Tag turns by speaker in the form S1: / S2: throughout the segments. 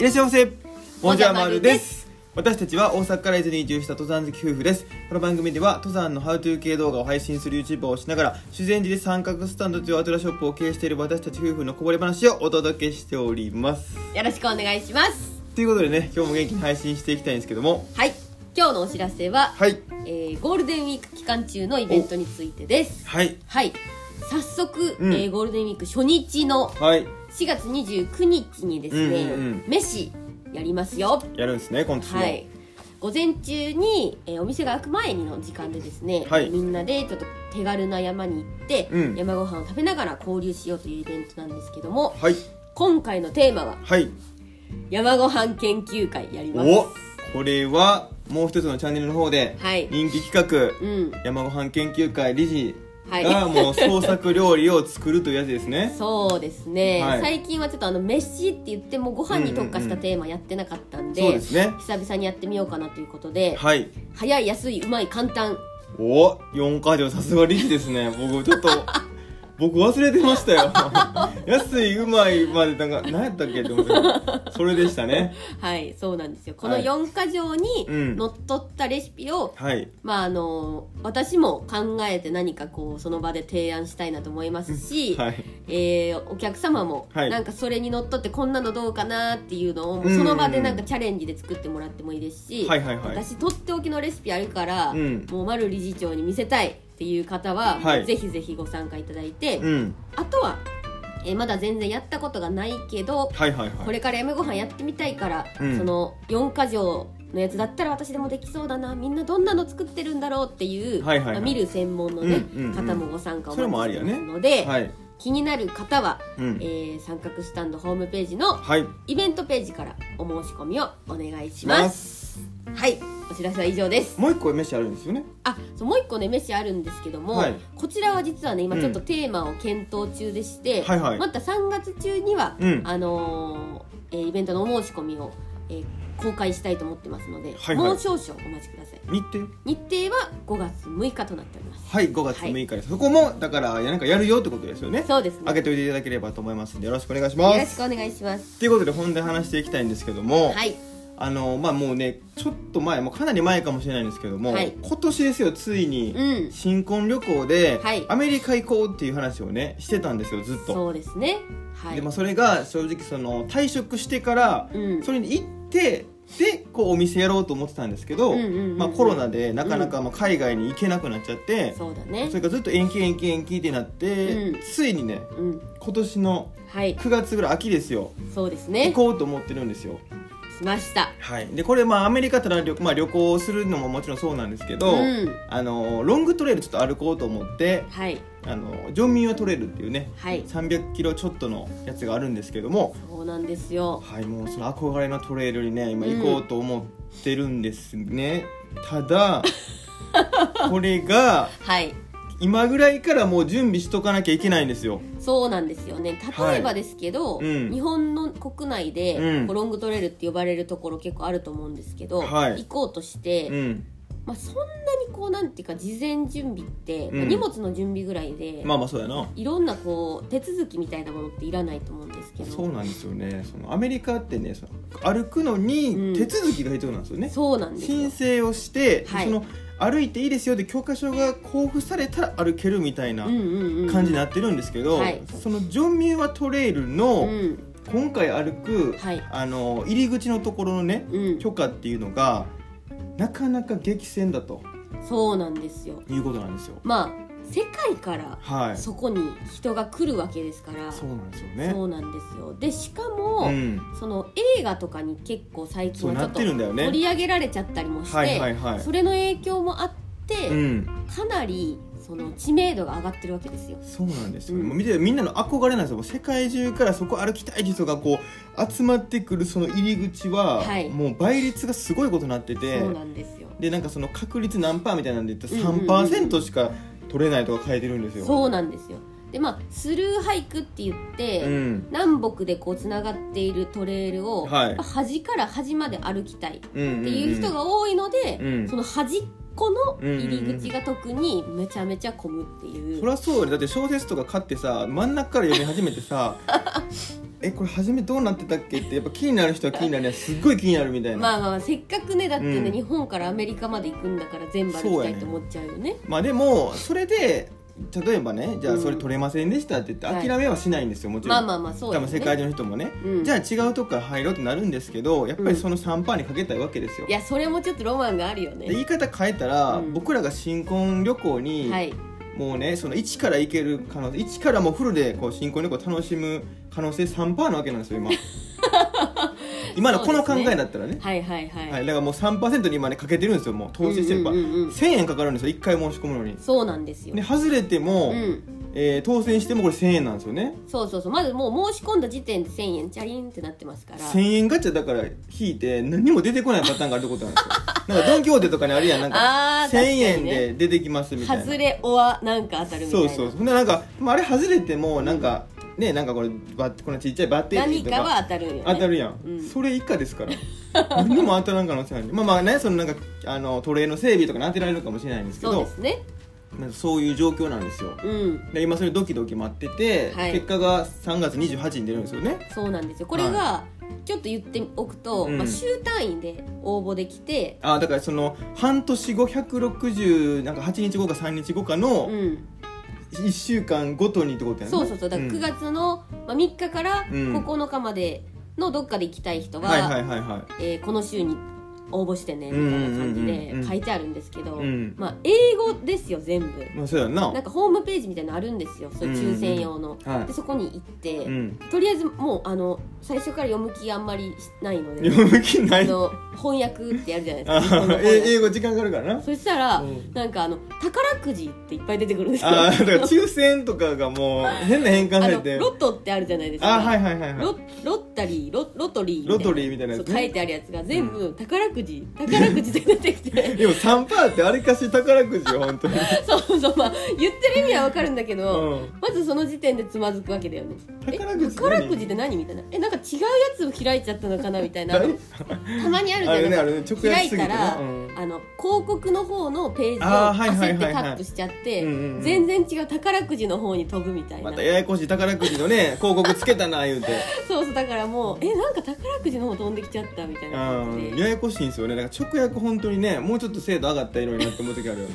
S1: いらっしゃいませも
S2: も
S1: じ
S2: じ
S1: ゃ
S2: ゃ
S1: ま
S2: ま
S1: る
S2: る
S1: で
S2: です
S1: 私たちは大阪から伊豆に移住した登山好き夫婦ですこの番組では登山のハウトゥー系動画を配信する YouTuber をしながら修善寺で三角スタンドというアウトラショップを経営している私たち夫婦のこぼれ話をお届けしております
S2: よろしくお願いします
S1: ということでね今日も元気に配信していきたいんですけども
S2: はい今日のお知らせは、
S1: はい
S2: えーゴールデンウィーク期間中のイベントについてです
S1: はい
S2: はい早速、
S1: うん
S2: えーゴールデンウィーク初日の
S1: はい
S2: 4月29日にですね、
S1: うんうんうん
S2: メシやりますよ
S1: やるんですね今年も
S2: はい午前中に、えーお店が開く前の時間でですね、
S1: はい
S2: みんなでちょっと手軽な山に行って、
S1: うん
S2: 山ご飯を食べながら交流しようというイベントなんですけども
S1: はい
S2: 今回のテーマは
S1: はい
S2: 山ご飯研究会やります
S1: おこれはもう一つのチャンネルの方で
S2: はい
S1: 人気企
S2: う
S1: 画
S2: ん
S1: 山ごはん研究会理事
S2: はい
S1: がもう創作料理を作るというやつですね
S2: そうですね、
S1: はい
S2: 最近はちょっとあの飯って言ってもご飯に特化
S1: う
S2: し
S1: んうんう
S2: た
S1: ん
S2: テーマやってなかったんで,、
S1: そうですね
S2: 久々にやってみようかなということで、
S1: はい
S2: 早い安いうまい簡単
S1: お4か条さすが理事ですね僕ちょっ と僕忘れてましたよ 安いうまいまでなんか何やったっけって思ってそれでしたね
S2: はいそうなんですよこの
S1: はい
S2: 4か条に
S1: うん
S2: のっとったレシピを、
S1: はい
S2: まああの私も考えて何かこうその場で提案したいなと思いますし、
S1: はい
S2: えーお客様も
S1: はい
S2: なんかそれにのっとってこんなのどうかなっていうのを
S1: うん
S2: その場でなんかチャレンジで作ってもらってもいいですし、
S1: はいはいはい
S2: 私とっておきのレシピあるから、
S1: うん
S2: もう丸理事長に見せたいっていう方は、
S1: はい
S2: ぜひぜひご参加いただいて、
S1: うん
S2: あとは、えーまだ全然やったことがないけど、
S1: はいはいは
S2: こ
S1: い
S2: れから山ご飯やってみたいから、
S1: うん
S2: その4か条のやつだったら私でもできそうだなみんなどんなの作ってるんだろうっていう、
S1: はいはいはい
S2: 見る専門の、ね
S1: うんうんうん
S2: 方もご参加を
S1: それもありやね
S2: ので、
S1: はい
S2: 気になる方は、
S1: うん
S2: えー三角スタンドホームページの
S1: はい
S2: イベントページからお申し込みをお願いし
S1: ま
S2: ます。
S1: す
S2: はい、お知らせは以上です。
S1: もう一個飯あるんですよね
S2: あ、そうもう一個ね飯あるんですけども、
S1: はい
S2: こちらは実はね今
S1: うん
S2: ちょっとテーマを検討中でして、
S1: はいはい
S2: また3月中には、
S1: うん
S2: あのーえーイベントのお申し込みを、えー公開したいと思ってますので、
S1: はいはい
S2: もう少々お待ちください。
S1: 日程
S2: 日程は5月6日となっております。
S1: はい5月6日です、そこもだからなんかやるよってことですよね
S2: そうです
S1: 開
S2: ね。
S1: けておいていただければと思いますんでよろしくお願いし
S2: よ
S1: ま
S2: ろし
S1: す
S2: くお願いします。
S1: ということで本題話していきたいんですけども、
S2: はい、
S1: あのまあもうねちょっと前もうかなり前かもしれないんですけども、
S2: はい
S1: 今年ですよついに
S2: うん
S1: 新婚旅行で
S2: はい
S1: アメリカ行こうっていう話をねしてたんですよずっと、
S2: そうですね。はい。
S1: でまあ、それが正直その退職してから
S2: うん
S1: それに行ってでこうお店やろうと思ってたんですけど、
S2: うんうんうんうん
S1: まあ、コロナでなかなかまあ海外に行けなくなっちゃって、
S2: そうだね
S1: そ。れからずっと延期延期延期ってなって、
S2: うん
S1: ついにね
S2: うん、
S1: 今年の
S2: はい、
S1: 9月ぐらい秋ですよ
S2: そうです
S1: 行
S2: ね。
S1: こうと思ってるんですよ
S2: 来ました。
S1: はい、でこれまあアメリカたら旅,、まあ、旅行するのももちろんそうなんですけど、
S2: うん
S1: あのロングトレイルちょっと歩こうと思って
S2: はい、
S1: あのジョンミューアトレイルっていうね
S2: はい。
S1: 300キロちょっとのやつがあるんですけども、
S2: そうなんですよ。
S1: はい、もうその憧れのトレイルにね今
S2: うん
S1: 行こうと思ってるんですね、ただ これが
S2: はい。
S1: 今ぐらいからもう準備しとかなきゃいけないんですよ
S2: そうなんですよね。例えばですけど、
S1: はいうん
S2: 日本の国内で、
S1: うん
S2: こうロングトレールって呼ばれるところ結構あると思うんですけど、
S1: はい
S2: 行こうとして、
S1: うん
S2: まあそんなにこうなんていうか事前準備って、
S1: うん
S2: まあ荷物の準備ぐらいで、
S1: まあまあそうやない
S2: ろんなこう手続きみたいなものっていらないと思うんですけど、
S1: そうなんですよねそのアメリカってねその歩くのに手続きが必要なんですよね、
S2: そうなんです
S1: 申
S2: よ。
S1: 請をして、
S2: はい
S1: その歩いていいですよで教科書が交付されたら歩けるみたいな
S2: うんうんうん。
S1: 感じになってるんですけど、
S2: はい
S1: そのジョンミューアトレイル
S2: う
S1: の
S2: ん
S1: 今回歩く、
S2: はい
S1: あの入り口のところのね
S2: うん。
S1: 許可っていうのがなかなか激戦だと
S2: そうなんですよ。
S1: いうことなんですよ。
S2: まあ世界から
S1: はい、そ
S2: そこに人が来るわけですから、
S1: うなんですよね。
S2: そうなんですよでしかも、
S1: ん、
S2: その映画とかに結構最近
S1: そう
S2: はち
S1: な
S2: ょっ
S1: ってる
S2: と
S1: んだよね。
S2: 取り上げられちゃったりもして、
S1: はいはいはい。
S2: それの影響もあって、
S1: うん、
S2: かなりその知名度が上がってるわけですよ。
S1: そうなんですよ、
S2: うん
S1: もう見てみんなの憧れなんですよもう世界中からそこ歩きたい人がこう集まってくるその入り口は、
S2: はい
S1: もう倍率がすごいことになってて
S2: そうなんですよ。
S1: でなんかその確率何パーみたいなんで言った
S2: うんうんうん
S1: ら3%しか取れないとか書いてるんですよ。
S2: そうなんですよ。でまあスルーハイクって言って、
S1: うん
S2: 南北でこうつながっているトレイルを、
S1: はい
S2: やっぱ端から端まで歩きたいっ
S1: うんうんうん
S2: ていう人が多いので、
S1: うん
S2: その端っこの入り口が特にめちゃめちゃ混むっていう。
S1: そりゃそうよねだって小説とか買ってさ真ん中から読み始めてさ えこれ初めどうなってたっけってやっぱ気になる人は気になるねすっごい気になるみたいな、
S2: まあまあせっかくねだってね、
S1: うん
S2: 日本からアメリカまで行くんだから全部歩きたいと思っちゃうよね
S1: まあでもそれで例えばねじゃあそれ取れませんでしたって言っ
S2: は
S1: て
S2: い
S1: 諦めはしないんですよもちろん、
S2: まあまあまあそう
S1: 多
S2: よ
S1: 分
S2: ね
S1: 世界中の人もね、
S2: うん
S1: じゃあ違うとこから入ろうってなるんですけどやっぱりその3%にかけたいわけですよ、
S2: いやそれもちょっとロマンがあるよ
S1: で言
S2: ね
S1: い方変えたら、
S2: うん
S1: 僕らが新婚旅行に、
S2: はい
S1: もうねその1から行ける可能性1からもうフルでこう新婚旅行楽しむ可能性3%なわけなんです よ今今のこの考えだったらね
S2: はいはいはい、
S1: はい、だからもう3%に今ねかけてるんですよもう投資してれば、
S2: うんうんうんうん
S1: 1000円かかるんですよ1回申し込むのに
S2: そうなんですよ、
S1: で外れても、
S2: うん
S1: えー当選してもこれ1000円なんですよね
S2: そうそうそうまずもう申し込んだ時点で1000円チャリンってなってますから
S1: 1000円ガチャだから引いて何も出てこないパターンがあるってことなんです よなんかドン・キホーテとかにあるやんなん
S2: あ
S1: か
S2: ー
S1: 1000円
S2: 確か
S1: で出てきますみたいな
S2: 外れおわなんか当たるみた
S1: そ
S2: い
S1: う
S2: な
S1: そうほんでなんか、まあ、あれ外れてもなんか、ねなんかこれバッこのちっちゃいバッテリ
S2: 何
S1: ーと
S2: か
S1: か
S2: は当たるんよね
S1: 当たるやん、
S2: うん
S1: それ以下ですから何にも当たらん可能性あるまあまあねそのなんかあのトレーの整備とかに当てられるかもしれないんですけ
S2: そうで
S1: ど
S2: すね
S1: なんかそういう状況なんですよ
S2: うん
S1: で今それドキドキ待ってて、
S2: はい
S1: 結果が3月28日に出るんですよね
S2: そうなんですよこれがちょっと言っておくと、
S1: うん
S2: まあ、週単位で応募できて
S1: あーだからその半年後160なんか8日後か3日後かの
S2: うん
S1: 1週間ごとにってことやね
S2: そうそうそうだから9
S1: ん
S2: 月の、まあ、3日から
S1: うん
S2: 9日までのどっかで行きたい人は、
S1: はいはいはいは
S2: えーこの週に応募してねみたいな感じ
S1: うんうんうんう
S2: で
S1: ん
S2: 書いてあるんですけど、
S1: うん
S2: まあ、英語ですよ全部
S1: いまあそうやんな
S2: なんかホームページみたいなのあるんですよそういう抽選用の、
S1: はい
S2: でそこに行って、
S1: うん
S2: とりあえずもうあの最初から読む気あんまりしないので、
S1: 読む気な
S2: あ
S1: い
S2: の翻訳ってやるじゃない
S1: あ
S2: ですか日本の
S1: ー
S2: 翻
S1: え
S2: 訳
S1: 英語時間かかるからな
S2: そしたら、
S1: うん
S2: なんかあの宝くじっていっぱい出てくるんですよ
S1: あーだから抽選とかがもう変な変換さ
S2: あ
S1: れ
S2: の
S1: て
S2: ロットってあるじゃないですか
S1: あーはいはいはいはい
S2: ロロッタリーロロトリーみたいな
S1: ロトリーみたいなやつね
S2: そう書いてあるやつが全部宝くじ、宝くじで出てきて
S1: でも3%ってあれかし宝くじよ本当に
S2: そうそうまあ言ってる意味はわかるんだけど、
S1: うん
S2: まずその時点でつまずくわけだよねえ
S1: 宝くじって何
S2: 宝くじって何みたいなえなんか違うやつ開いちゃったのかなみたいな
S1: あれ
S2: たまにあるじゃ
S1: あ
S2: ない
S1: れ
S2: です
S1: ね
S2: か
S1: あれね直
S2: 開
S1: 訳
S2: い
S1: すぎ
S2: た
S1: て
S2: ら、
S1: なうん
S2: あの広告の方のページを
S1: あーはいはい
S2: 焦っ
S1: は
S2: て
S1: い
S2: タ
S1: はい
S2: ップしちゃって
S1: うんうんうん
S2: 全然違う宝くじの方に飛ぶみたいな、
S1: またややこしい宝くじのね広告つけたな言うて
S2: そうそうだからもうえなんか宝くじの方飛んできちゃったみたいな感
S1: うん
S2: じで
S1: ややこしいんですよねだから直訳本当にねもうちょっと精度上がった色になって思う時あるよね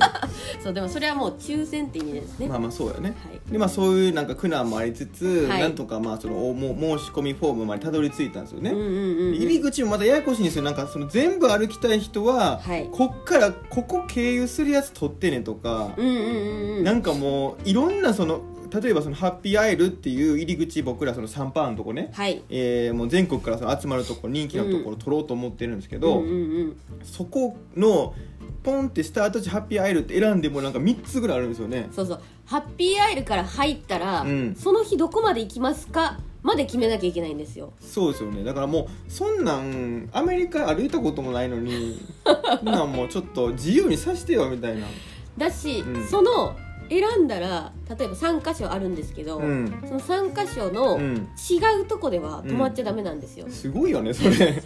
S2: そうでもそれはもう抽選って意味ですね、
S1: まあまあそうよね
S2: はい
S1: でまあそういうなんか苦難もありつつ、
S2: はい
S1: なんとかまあそのおも申し込みフォームまでたどり着いたんですよね、
S2: うんうんうんうん
S1: 入り口もまたややこしいんですよなんかその全部歩きたい人は、
S2: はい
S1: こっからここ経由するやつ取ってねとか、
S2: うんうんうんうん
S1: なんかもういろんなその例えばそのハッピーアイルっていう入り口僕らその3パーのとこね、
S2: はい
S1: えーもう全国からその集まるとこ人気のところ取ろうと思ってるんですけど、
S2: うんうんうん、
S1: そこのポンってスタート地ハッピーアイルって選んでもなんか3つぐらいあるんですよね
S2: そうそうハッピーアイルから入ったら、
S1: うん
S2: その日どこまで行きますかまで決めなきゃいけないんですよ
S1: そうですよねだからもうそんなんアメリカ歩いたこともないのにそんなんもうちょっと自由にさしてよみたいな
S2: だし、
S1: うん
S2: その選んだら例えば3箇所あるんですけど、
S1: うん
S2: その3箇所の
S1: うん
S2: 違うとこでは止まっちゃダメなんですよ、
S1: すごいよねそれ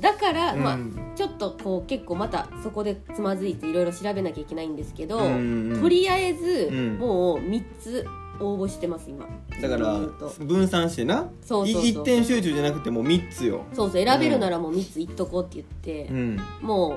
S2: だから、
S1: うん
S2: まあちょっとこう結構またそこでつまずいていろいろ調べなきゃいけないんですけど、
S1: うんうん
S2: とりあえず、
S1: うん
S2: もう3つ応募してます今
S1: だか
S2: ず
S1: ら
S2: ーっと
S1: 分散してな
S2: そうそうそう
S1: い一点集中じゃなくてもう3つよ
S2: そうそう選べるならもう3ついっとこうって言って
S1: う、ん
S2: もう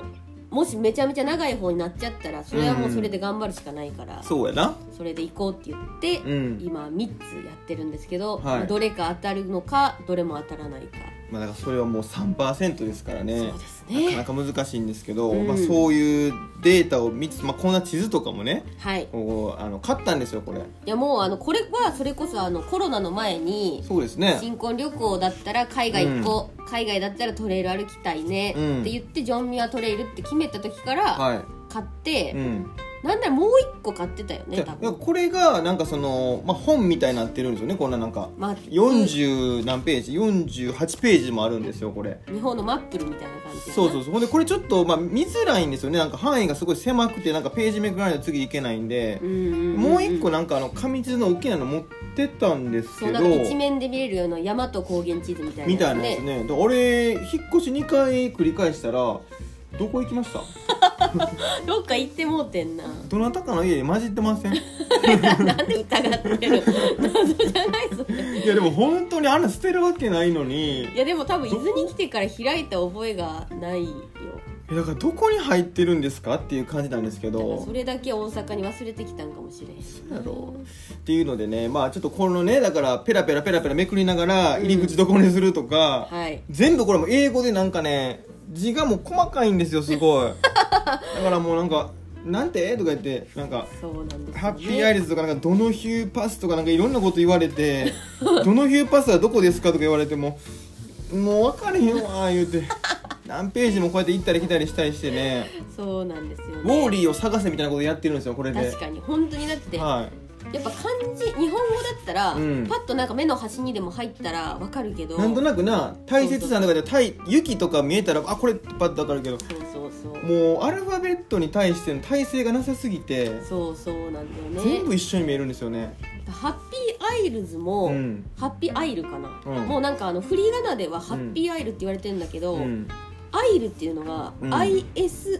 S2: もしめちゃめちゃ長い方になっちゃったらそれはもうそれで頑張るしかないから、
S1: そうやな
S2: それで行こうって言っ
S1: う
S2: て、
S1: ん
S2: 今3つやってるんですけど、
S1: はい
S2: まあどれか当たるのかどれも当たらないか、
S1: まあだからそれはもう3%ですからね
S2: そうです
S1: な
S2: ね
S1: かなか難しいんですけど、
S2: うん
S1: まあ、そういうデータを見つつ、まあ、こんな地図とかもね
S2: はい
S1: こうあの買ったんですよこれ
S2: いやもうあのこれはそれこそあのコロナの前に
S1: そうですね
S2: 新婚旅行だったら海外行こう、海外だったらトレイル歩きたいね、
S1: うん
S2: って言ってジョンミアトレイルって決めた時から
S1: は
S2: 買っ
S1: い、
S2: て、
S1: うん、
S2: なんならもう一個買ってたよ
S1: じ
S2: ね
S1: ゃ
S2: 多
S1: あなん
S2: 分
S1: かこれがなんかその、まあ、本みたいになってるんですよねこんななんか
S2: まあ
S1: 40何ページ48ページもあるんですよこれ
S2: 日本のマップルみたいな感じで
S1: そうそうそうほんでこれちょっと、まあ、見づらいんですよねなんか範囲がすごい狭くてなんかページめくらないと次いけないんで、
S2: んんんん
S1: もう一個なんかあの紙地図の大きなの持ってったんです
S2: そ
S1: け
S2: うな
S1: ど
S2: んか一面で見れるような山と高原地図みたいな
S1: みたい
S2: やつ
S1: なで
S2: ね
S1: すねで俺引っ越し2回繰り返したらどこ行きました
S2: どっか行ってもうてんな
S1: ど なたかの家に混じってません
S2: なんで疑ってる謎じゃないそれ
S1: いやでも本当にあんな捨てるわけないのに
S2: いやでも多分伊豆に来てから開いた覚えがないよ
S1: えだからどこに入ってるんですかっていう感じなんですけ
S2: だから
S1: ど
S2: それだけ大阪に忘れてきたんかもしれん
S1: そうやろっていうのでねまあちょっとこのねだからペラペラペラペラめくりながら入り口どこにするとか、
S2: はい
S1: 全部これも英語でなんかね字がもう細かいんですよすごいだからもうなんか「なんて?」とか言ってなんか
S2: そうなんですよね、
S1: ハッピーアイレスとかなんかどのヒューパスとかなんかいろんなこと言われ て「どのヒューパスはどこですか?」とか言われても「もう分かれへんわ」言うて何ページもこうやって行ったり来たりしたりしてね
S2: そうなんですよ
S1: ウ
S2: ね
S1: ォーリーを探せみたいなことやってるんですよこれで
S2: 確。かに本当にだって、
S1: はい
S2: やっぱ漢字日本語だったら、
S1: うん
S2: パッとなんか目の端にでも入ったらわかるけど
S1: なんとなくな大切さの中でたい雪とか見えたらあこれってパッと分かるけど
S2: そうそうそう
S1: もうアルファベットに対しての耐性がなさすぎて
S2: そうそうなんだよね
S1: 全部一緒に見えるんですよね。
S2: ハッピーアイルズも、
S1: うん
S2: ハッピーアイルかな、
S1: うん
S2: もうなんかあの振り仮名ではハッピーアイルって言われてるんだけど、
S1: うん
S2: アイルっていうのが、
S1: うん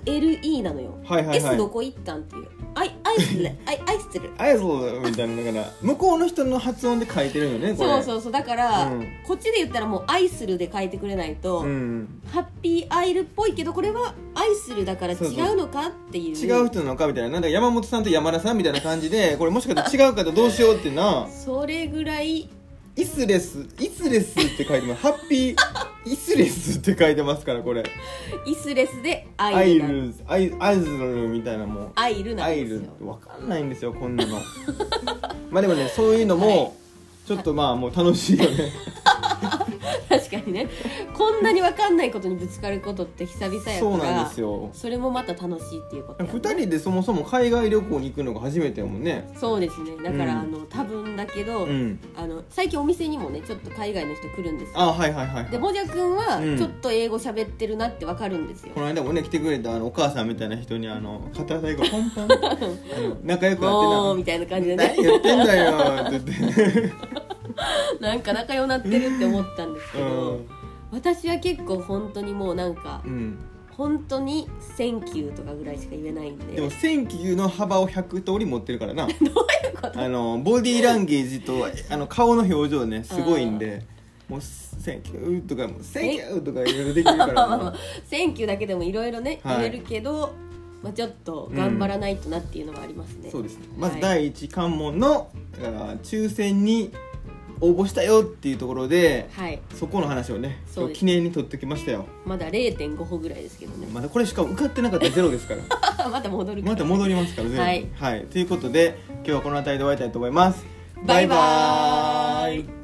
S2: ISLE なのよ、
S1: はいはいは
S2: S ど
S1: い。
S2: こ行ったんっていうアイアイスルアイアイスル
S1: アイズみたいなだから向こうの人の発音で書いてるよねこれ。
S2: そうそうそうだから、
S1: うん
S2: こっちで言ったらもうアイスルで書いてくれないと、
S1: うん、
S2: ハッピーアイルっぽいけどこれはアイスルだから違
S1: そうそう
S2: うのかっていう
S1: 違う人なのかみたいななんか山本さんと山田さんみたいな感じでこれもしかしたら違う方どうしようってな
S2: それぐらい
S1: 「イスレス」「イスレス」って書いてます「ハッピー」「イスレス」って書いてますからこれ
S2: イスレスで
S1: 「ア
S2: アイ
S1: イ
S2: ルなん
S1: ル」「アイアイズル」みたいなもう
S2: アイ
S1: 「
S2: ルな
S1: ア
S2: ん
S1: イ
S2: です
S1: ル」
S2: よ
S1: わかんないんですよこんなのまあでもねそういうのもちょっとまあもう楽しいよね
S2: 確かにねこんなに分かんないことにぶつかることって久々やから
S1: そうなんですよ
S2: それもまた楽しいっていうことやね
S1: 2人でそもそも海外旅行に行くのが初めてやもんね
S2: そうですねだから、
S1: うん
S2: あの多分だけど、
S1: うん
S2: あの最近お店にもねちょっと海外の人来るんですよ
S1: あはいはいはい
S2: でもじゃくんは
S1: うん
S2: ちょっと英語喋ってるなって分かるんですよ
S1: こ、の間もね来てくれたあのお母さんみたいな人にあの片手がポ ンポンあの仲良く
S2: も
S1: な
S2: う
S1: って
S2: みたいな
S1: な
S2: 感じでね
S1: 何言ってんだよって言って、
S2: なんか仲良なってるって思ったんですけ
S1: う
S2: ど、
S1: ん
S2: 私は結構本当にもうなんか
S1: うん、
S2: 本当に「センキュー」とかぐらいしか言えないんで
S1: でも選球の幅を100通り持ってるからな
S2: こと
S1: あのボディーランゲージとあの顔の表情ねすごいんでもう「センキュー」とか「センキュー」とかいろいろできるか
S2: まあまあま
S1: ら
S2: あ「センキュー」だけでもいろいろね
S1: はい
S2: 言えるけど、まあ、ちょっと頑張らないとなっていうのがありますね、
S1: そうですねま
S2: は
S1: ず
S2: い
S1: 第一関門のだから抽選に応募したよっていうところで
S2: はい
S1: そこの話をね
S2: そうです
S1: 記念に取ってきましたよ
S2: まだ0.5歩ぐらいですけどね
S1: まだこれしか受かってなかったらゼロですから
S2: まだ戻るか
S1: ま
S2: ら
S1: た戻りますからゼロ
S2: はい
S1: はい、ということで今日はこの辺りで終わりたいと思います
S2: バイバーイ